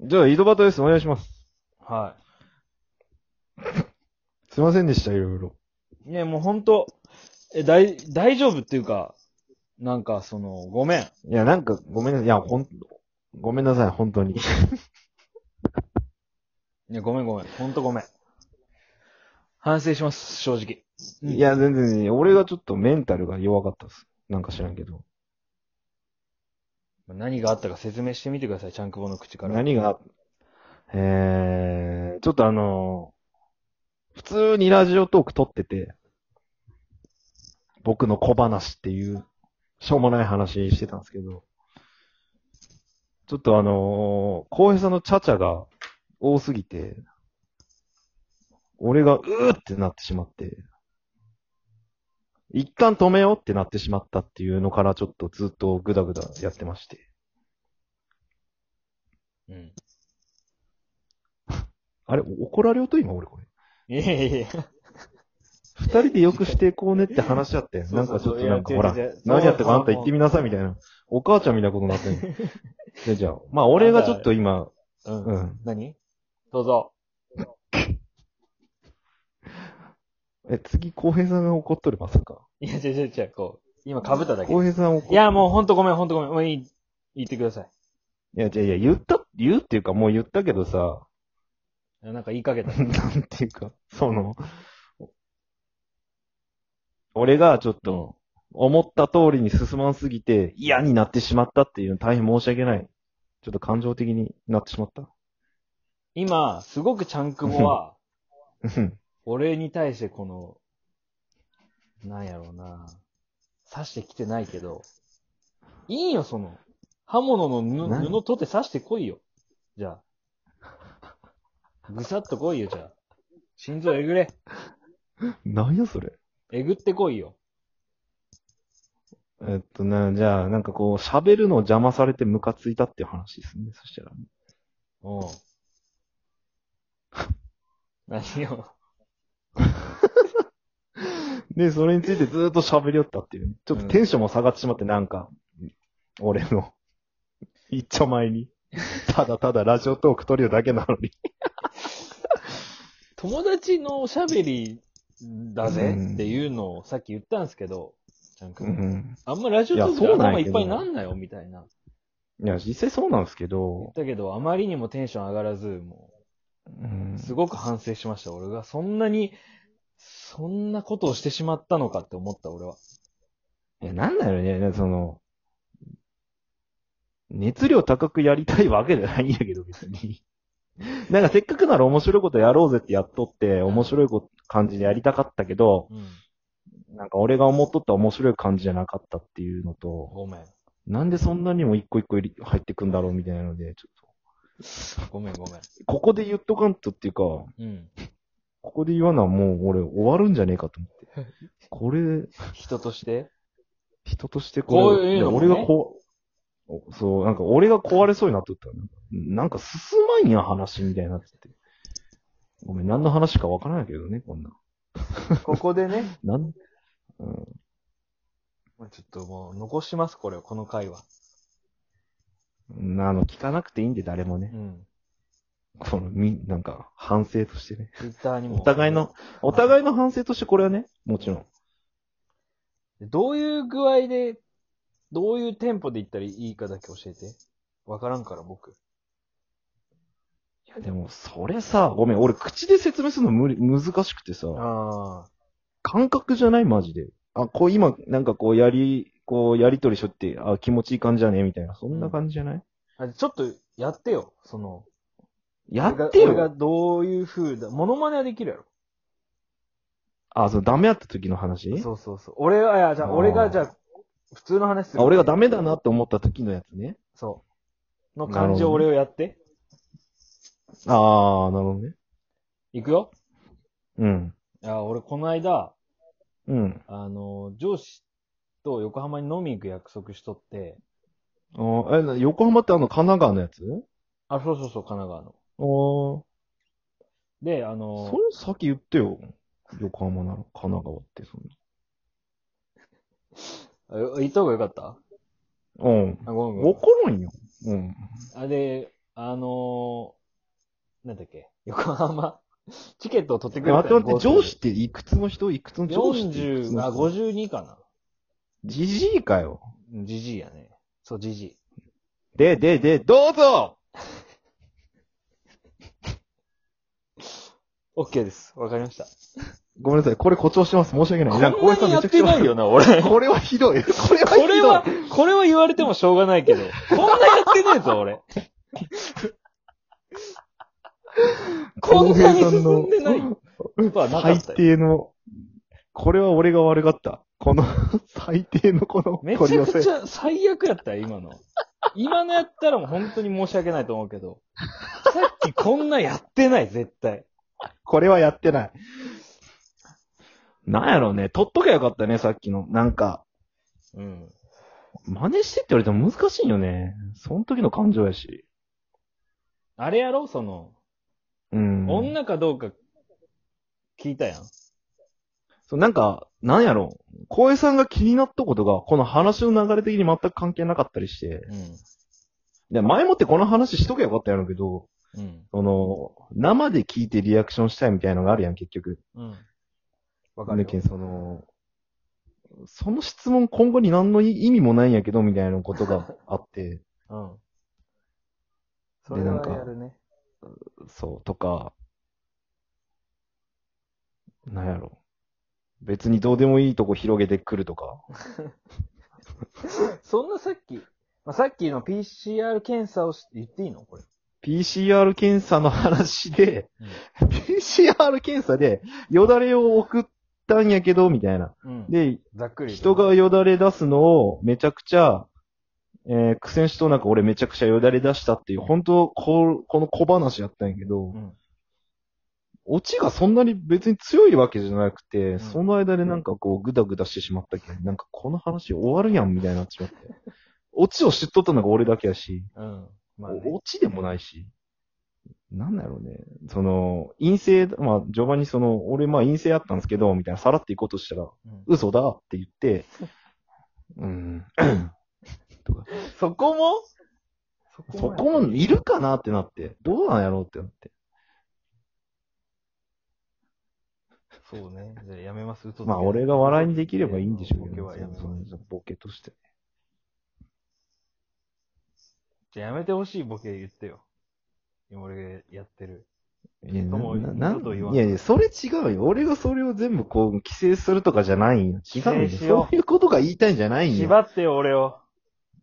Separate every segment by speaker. Speaker 1: じゃあ、井戸端です。お願いします。
Speaker 2: は
Speaker 1: すいませんでした、いろいろ。
Speaker 2: い。ねもうほんと、え、大、大丈夫っていうか、なんか、その、ごめん。
Speaker 1: いや、なんか、ごめんなさい。いや、ほん、ごめんなさい、本当に。
Speaker 2: いや、ごめんごめん。ほんとごめん。反省します、正直。うん
Speaker 1: いや、全然いい、俺がちょっとメンタルが弱かったです。なんか知らんけど。
Speaker 2: 何があったか説明してみてください、ちゃんくぼの口から。
Speaker 1: 何が、えー、ちょっとあの普通にラジオトーク撮ってて、僕の小話っていう、しょうもない話してたんですけど、ちょっとあの浩平さんのチャチャが多すぎて、俺がうーってなってしまって、一旦止めようってなってしまったっていうのからちょっとずっとグダグダやってまして。
Speaker 2: うん。
Speaker 1: あれ、怒られようと今俺これ。
Speaker 2: いやいやいや。
Speaker 1: 二人でよくしてこうねって話し合って、
Speaker 2: そ
Speaker 1: な
Speaker 2: うんそ
Speaker 1: か
Speaker 2: う
Speaker 1: ち
Speaker 2: そ
Speaker 1: ょ
Speaker 2: う
Speaker 1: っとなんかほら
Speaker 2: いや違う違う、
Speaker 1: 何やってかあんた言ってみなさいみたいな。お母ちゃんみたいな ことになってる。で、じゃあ、まあ俺がちょっと今、
Speaker 2: うん。
Speaker 1: うん。
Speaker 2: 何どうぞ。
Speaker 1: え、次、浩平さんが怒っとる、まさか。
Speaker 2: いや、違う違う違う、こう。今被っただけ。
Speaker 1: 浩平さん怒
Speaker 2: いや、もうほんとごめん、ほんとごめん。もういい。言ってください。
Speaker 1: いや、じゃあいや、言った、言うっていうか、もう言ったけどさ、
Speaker 2: なんか言いかけた。
Speaker 1: なんていうか、その、俺がちょっと、思った通りに進まんすぎて、嫌になってしまったっていうの大変申し訳ない。ちょっと感情的になってしまった。
Speaker 2: 今、すごくちゃんくぼは、
Speaker 1: うん。
Speaker 2: 俺に対してこの、なんやろうな。刺してきてないけど、いいよ、その。刃物の
Speaker 1: 何
Speaker 2: 布布取って刺してこいよ。じゃ あ。ぐさっとこいよ、じゃあ。心臓えぐれ。
Speaker 1: なんやそれ。
Speaker 2: えぐってこいよ。
Speaker 1: えっとな、じゃあ、なんかこう、喋るのを邪魔されてムカついたっていう話ですね、そしたら。
Speaker 2: うん。 何よ。
Speaker 1: で、それについてずーっと喋りよったっていうね。ちょっとテンションも下がってしまって、なんか、俺の、一丁前に、ただただラジオトーク撮るよだけなのに。
Speaker 2: 友達のおしゃべりだぜ
Speaker 1: うん
Speaker 2: っていうのをさっき言ったんですけど、ちゃんく。
Speaker 1: うんん。
Speaker 2: あんまラジオトーク
Speaker 1: いやそう
Speaker 2: で
Speaker 1: なん
Speaker 2: 頭
Speaker 1: や
Speaker 2: い
Speaker 1: け
Speaker 2: っ
Speaker 1: ど
Speaker 2: ぱいになんなよ、みたいな。
Speaker 1: いや、実際そうなんですけ
Speaker 2: 言っ
Speaker 1: ど、
Speaker 2: たけど、あまりにもテンション上がらず、も
Speaker 1: うん
Speaker 2: う、すごく反省しました。俺がそんなに、そんなことをしてしまったのかって思った、俺は。
Speaker 1: いや、なんだろうね、その、熱量高くやりたいわけじゃないんやけど、別に。 なんかせっかくなら面白いことやろうぜってやっとって、面白いこと感じでやりたかったけど、
Speaker 2: うん。
Speaker 1: なんか俺が思っとった面白い感じじゃなかったっていうのと、
Speaker 2: ごめん。
Speaker 1: なんでそんなにも一個一個入り入ってくんだろうみたいなので、ちょっ
Speaker 2: ごめん、ごめ
Speaker 1: と、
Speaker 2: ん。
Speaker 1: ここで言っとかんとっていうか、こ
Speaker 2: うん。
Speaker 1: こで言わなもう俺終わるんじゃねえかと思って。これ、
Speaker 2: 人として
Speaker 1: 人として
Speaker 2: こういうのも
Speaker 1: 俺
Speaker 2: ね
Speaker 1: がこう、おそう、なんか俺が壊れそうになっとったな。なんか進まんや、話みたいになってて。ごめん、何の話かわからないけどね、こんな。
Speaker 2: ここでね。
Speaker 1: なん、うん。
Speaker 2: まあ ちょっともう、残します、これを、この回は。
Speaker 1: うんあの、聞かなくていいんで、誰もね
Speaker 2: う。ん。
Speaker 1: この、み、なんか、反省としてね。
Speaker 2: ツイッターにも。
Speaker 1: お互いの、お互いの反省としてこれはね、もちろん。
Speaker 2: どういう具合で、どういうテンポで言ったらいいかだけ教えて。わからんから、僕。
Speaker 1: いや、でも、それさ、ごめん、俺、口で説明するの無理、難しくてさ。
Speaker 2: ああ。
Speaker 1: 感覚じゃないマジで。あ、こう今、なんかこうやり、こうやりとりしょって、あ、気持ちいい感じだね、みたいな。そんな感じじゃない、
Speaker 2: あちょっと、やってよ、その。
Speaker 1: やって
Speaker 2: 俺が俺
Speaker 1: よ
Speaker 2: がどういう風だ。モノマネはできるやろ。
Speaker 1: あ、そう、ダメやった時の話
Speaker 2: そうそうそう。俺は、いや、じゃ
Speaker 1: あ
Speaker 2: あ、
Speaker 1: ー
Speaker 2: 俺が、じゃあ、普通の話する。
Speaker 1: あ俺がダメだなって思った時のやつね。
Speaker 2: そう。の感じを俺をやって。
Speaker 1: あー、なるほどね。
Speaker 2: いくよ。
Speaker 1: うん。
Speaker 2: いや、俺、この間、
Speaker 1: うん。
Speaker 2: あの、上司と横浜に飲み行く約束しとって、
Speaker 1: あーえな、横浜ってあの、神奈川のやつ
Speaker 2: あ、そうそうそう、神奈川の。
Speaker 1: あー。
Speaker 2: で、あ
Speaker 1: それ
Speaker 2: の、
Speaker 1: 先言ってよ。横浜なの神奈川って、そん
Speaker 2: あ言った方がよかった
Speaker 1: な。うん。
Speaker 2: あ、ごめんごめん。
Speaker 1: 怒るんよ。うん。
Speaker 2: あ、で、あのーなんだっけ、横浜、チケットを取ってくれ
Speaker 1: 待
Speaker 2: た
Speaker 1: って待って、上
Speaker 2: 司
Speaker 1: 司っていくつの人いくつの上司っていくつ
Speaker 2: 40、
Speaker 1: の
Speaker 2: あ、
Speaker 1: 人
Speaker 2: 52かな。
Speaker 1: じじいかよ。
Speaker 2: じじいやね。そう、じじい。
Speaker 1: で、で、で、どうぞ
Speaker 2: オッケーです。わかりました。
Speaker 1: ごめんなさい、これ誇張してます。申し訳ない。
Speaker 2: こんなにやってないよな、俺。
Speaker 1: なんかこれはひどい。これはひどい。
Speaker 2: これは、これは言われてもしょうがないけど、こんなやってねえぞ、俺。こんなに進んでないことはなか
Speaker 1: 最
Speaker 2: ったよ。
Speaker 1: 低の、これは俺が悪かった。この、 最低のこの
Speaker 2: め
Speaker 1: 取り
Speaker 2: ちゃ
Speaker 1: 寄
Speaker 2: くち
Speaker 1: せ。
Speaker 2: ゃ最悪やったよ、今の。今のやったらもう本当に申し訳ないと思うけど、さっきこんなやってない、絶対。
Speaker 1: これはやってない。なんやろうね。取っとけばよかったね、さっきの。なんか、
Speaker 2: うん。
Speaker 1: 真似してって言われても難しいよね。その時の感情やし。
Speaker 2: あれやろその、
Speaker 1: うん。
Speaker 2: 女かどうか聞いたやん。
Speaker 1: そうなんか、なんやろう。浩平さんが気になったことが、この話の流れ的に全く関係なかったりして。
Speaker 2: う
Speaker 1: で、前もってこの話しとけばよかったやろうけど、
Speaker 2: ん。うん。
Speaker 1: その、生で聞いてリアクションしたいみたいなのがあるやん、結局。
Speaker 2: うん。わ
Speaker 1: わ
Speaker 2: か
Speaker 1: かる
Speaker 2: るよ。
Speaker 1: けん、その、その質問今後に何の意味もないんやけど、みたいなことがあって、
Speaker 2: うん。そ
Speaker 1: で
Speaker 2: れ
Speaker 1: なんか
Speaker 2: はやるね。
Speaker 1: そう、とか、なんやろ。別にどうでもいいとこ広げてくるとか。
Speaker 2: そんなさっき、まあ、さっきの PCR 検査をし言っていいのこれ。
Speaker 1: PCR 検査の話で、PCR 検査で、よだれを送ったんやけど、みたいな。
Speaker 2: うんで、
Speaker 1: で、
Speaker 2: ざっくり。
Speaker 1: 人が、よだれ出すのをめちゃくちゃ、えー苦戦しとうなんか俺めちゃくちゃよだれ出したっていう、本当こう、この小話やったんやけど
Speaker 2: う、ん。
Speaker 1: オチがそんなに別に強いわけじゃなくて、
Speaker 2: ん
Speaker 1: その間でなんかこうグダグダしてしまったけど、なんかこの話終わるやんみたいになっちまって。オチを知っとったのが俺だけやし、
Speaker 2: うん。まあ、ね、
Speaker 1: オチでもないし、なんだろうね。その、陰性、まあ序盤にその、俺まあ陰性やったんですけど、みたいなさらっていこうとしたら、
Speaker 2: うん
Speaker 1: 嘘だって言って、うん。とか
Speaker 2: そこもそ
Speaker 1: そこもいるかなってなって、どうなんやろうってなって。
Speaker 2: そうね。じゃあやめます。嘘つけ
Speaker 1: まあ俺が笑いにできればいいんでしょう
Speaker 2: ボ
Speaker 1: け
Speaker 2: ケ
Speaker 1: ど、
Speaker 2: はやめます
Speaker 1: そのそのボケとして。
Speaker 2: じゃあやめてほしいボケ言ってよ。今俺がやってる。
Speaker 1: いや、
Speaker 2: もう
Speaker 1: な
Speaker 2: 二度と言わん
Speaker 1: いやいや、それ違うよ。俺がそれを全部こう、規制するとかじゃないんよ。違うんよ。
Speaker 2: 規制しよう
Speaker 1: そういうことが言いたいんじゃないんよ。
Speaker 2: 縛ってよ、俺を。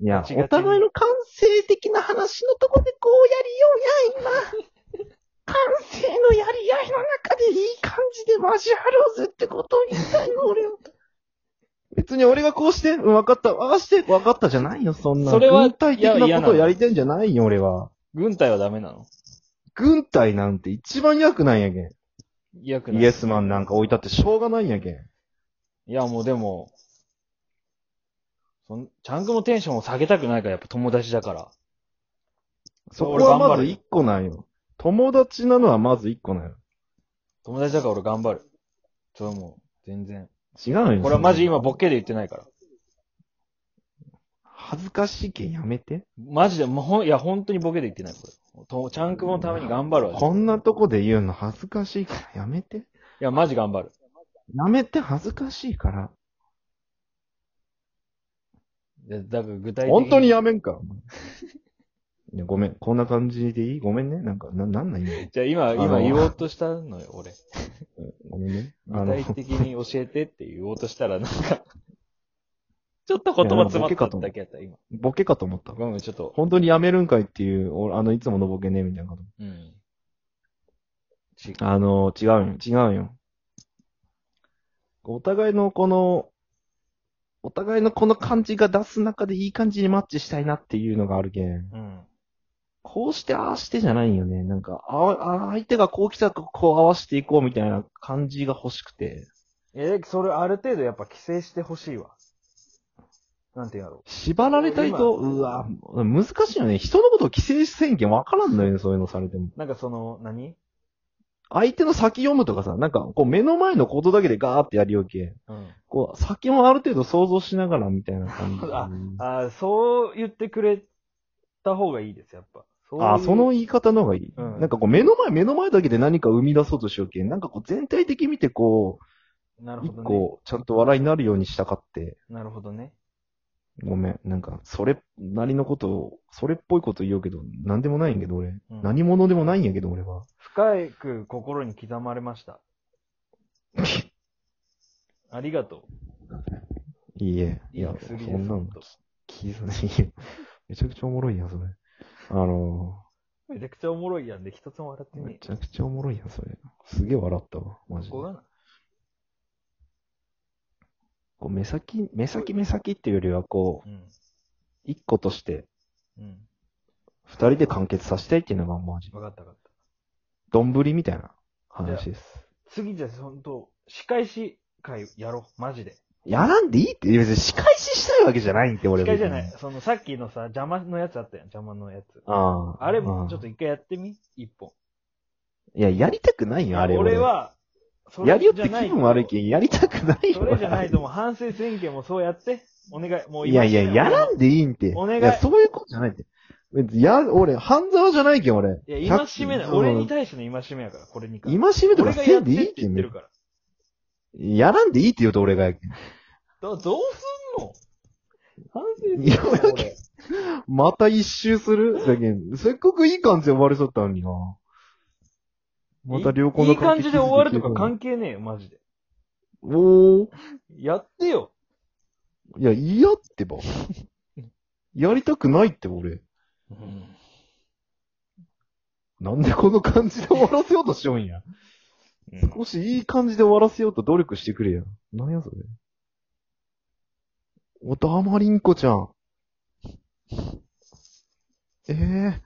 Speaker 1: いや
Speaker 2: ガ、チガチに
Speaker 1: お互いの感性的な話のとこでこうやりようや、今。感性のやり合いの中でいい感じで交わろうぜってことを言いたいの、俺は。別に俺がこうして、うん、わかった、ああして、わかったじゃないよ、そんな。
Speaker 2: それは
Speaker 1: 軍隊的
Speaker 2: いや嫌
Speaker 1: なこ
Speaker 2: なの
Speaker 1: とをやりたいんじゃないよ、俺は。
Speaker 2: 軍隊はダメなの
Speaker 1: 軍隊なんて一番役なんやけん。
Speaker 2: 嫌くない。
Speaker 1: イエスマンなんか置いたってしょうがないんやけん。
Speaker 2: いや、もうでも、そん、ちゃんくもテンションを下げたくないから、やっぱ友達だから。
Speaker 1: そこは
Speaker 2: 俺
Speaker 1: ま
Speaker 2: 頑張
Speaker 1: ず
Speaker 2: る
Speaker 1: 一個なんよ。友達なのはまず一個なんよ。
Speaker 2: 友達だから俺頑張る。それはもう、全然。
Speaker 1: 違うよ。
Speaker 2: これはマジ
Speaker 1: そんな
Speaker 2: 今ボケで言ってないから。
Speaker 1: 恥ずかしいけんやめて。
Speaker 2: マジで、もうほん、いや、本当にボケで言ってない、これ。とチャンクボのために頑張るわ。
Speaker 1: こんないとこで言うの恥ずかしいからやめて。
Speaker 2: や、マジ頑張る。
Speaker 1: やめて恥ずかしいから。
Speaker 2: いやだから具体的
Speaker 1: 本当にやめん か。いやごめん。こんな感じでいいごめんね。なんか、な、なんなん今。
Speaker 2: じゃあ今、
Speaker 1: あの
Speaker 2: 今言おうとしたのよ、俺。
Speaker 1: ごめんね。あ
Speaker 2: 具
Speaker 1: の、
Speaker 2: 体的に教えてって言おうとしたら、な んか、ちょっと言葉詰まっただけやった、今。
Speaker 1: ボケかと思った。
Speaker 2: ごめん、ちょっと。
Speaker 1: 本当にやめるんかいっていう、おあの、いつものボケね、みたいなこと。
Speaker 2: うん。ち
Speaker 1: あの、違うんよ、違うんよ。お互いのこの、お互いのこの感じが出す中でいい感じにマッチしたいなっていうのがあるけん。
Speaker 2: うん。
Speaker 1: こうして、ああしてじゃないよね。なんか、あわあ、相手がこう来たらこう合わせていこうみたいな感じが欲しくて。
Speaker 2: え、それある程度やっぱ規制してほしいわ。なんて言うんだろ
Speaker 1: 縛られたいと、
Speaker 2: 今
Speaker 1: うわ、難しいよね。人のことを規制せんけんわからんのよね、そういうのされても。
Speaker 2: う。なんかその、何
Speaker 1: 相手の先読むとかさ、なんか、こう目の前のことだけでガーってやりようけん。
Speaker 2: うん。
Speaker 1: こう、先もある程度想像しな がらみたいな感じ。
Speaker 2: あ、そう言ってくれた方がいいです、やっぱ。そういう
Speaker 1: あ、その、言い方の方がいい。
Speaker 2: うん
Speaker 1: なんかこう、目の前、目の前だけで何か生み出そうとしようけん。なんかこう、全体的に見てこ
Speaker 2: なる
Speaker 1: う、
Speaker 2: ほ
Speaker 1: 一
Speaker 2: どね。
Speaker 1: 個、ちゃんと笑いになるようにしたかって。
Speaker 2: なるほどね。
Speaker 1: ごめん。なんか、それ、なりのことを、それっぽいこと言おうけど、なんでもないんやけど、俺。
Speaker 2: うん
Speaker 1: 何者でもないんやけど、俺は。
Speaker 2: 深く心に刻まれ ました。ありがと
Speaker 1: いいえ。
Speaker 2: う。
Speaker 1: いや、そ
Speaker 2: 薬です
Speaker 1: んなの
Speaker 2: ほ。と
Speaker 1: 気づいよ。 めちゃくちゃおもろいやん、それ。あの
Speaker 2: めちゃくちゃおもろいやんで、一つも笑って
Speaker 1: ー、め
Speaker 2: ね
Speaker 1: ちゃくちゃおもろいやん、それ。すげえ笑ったわ、マ
Speaker 2: え。
Speaker 1: ジで
Speaker 2: こ。こがな。
Speaker 1: こう目先、目先目先っていうよりは、こう、
Speaker 2: うん。
Speaker 1: 一個として、
Speaker 2: うん。
Speaker 1: 二人で完結させたいっていうのが、マジ。
Speaker 2: わかったわかった。
Speaker 1: どんぶりみたいな話です。
Speaker 2: 次じゃあ、ほんと、仕返し会やろう。マジで。
Speaker 1: やらんでいいって、別に仕返ししたいわけじゃないんって、俺
Speaker 2: 仕
Speaker 1: は
Speaker 2: 返しじゃない。。その、さっきのさ、邪魔のやつあったやん。邪魔のやつ。
Speaker 1: ああ。
Speaker 2: あれもち
Speaker 1: と。
Speaker 2: ょっと一回やってみ一本。
Speaker 1: いや、やりたくないよ、あれ。
Speaker 2: 俺、は、そ
Speaker 1: や
Speaker 2: れ
Speaker 1: り
Speaker 2: じ
Speaker 1: よ
Speaker 2: ゃ
Speaker 1: っ
Speaker 2: な
Speaker 1: て
Speaker 2: い
Speaker 1: 気分悪いけん、やりたくないよ。
Speaker 2: それじゃないと
Speaker 1: 思
Speaker 2: もう反省宣言もそうやって。お願い。もう
Speaker 1: いやいや、
Speaker 2: 今
Speaker 1: やらんでいいんて。
Speaker 2: お願い
Speaker 1: や、そういうことじゃないって。別にや、俺、半沢じゃないけん、俺。
Speaker 2: いや、今しめない。
Speaker 1: 100
Speaker 2: 俺に対しての今しめやから、これに関して。
Speaker 1: 今しめとか
Speaker 2: 俺がや
Speaker 1: せ
Speaker 2: っ
Speaker 1: ん
Speaker 2: て
Speaker 1: でい
Speaker 2: っ
Speaker 1: い
Speaker 2: て
Speaker 1: け
Speaker 2: 言
Speaker 1: ん
Speaker 2: っ
Speaker 1: ね
Speaker 2: てる。から。
Speaker 1: やらんでいいって言うと俺がやけん。
Speaker 2: どどうすんの反省宣
Speaker 1: いや
Speaker 2: 言だよ俺
Speaker 1: また一周するだけん。せっかくいい感じで終わりそうったのにな。また良好
Speaker 2: い
Speaker 1: ない
Speaker 2: 感じで終わるとか
Speaker 1: 係。
Speaker 2: 関係ねえよ、マジで。
Speaker 1: おー。
Speaker 2: やってよ。
Speaker 1: いや、嫌って ば。やりたくないって、俺。なんでこの感じで終わらせようとしようんや。少しいい感じで終わらせようと努力してくれや。なんやそれ。おだまりんこちゃん。ええ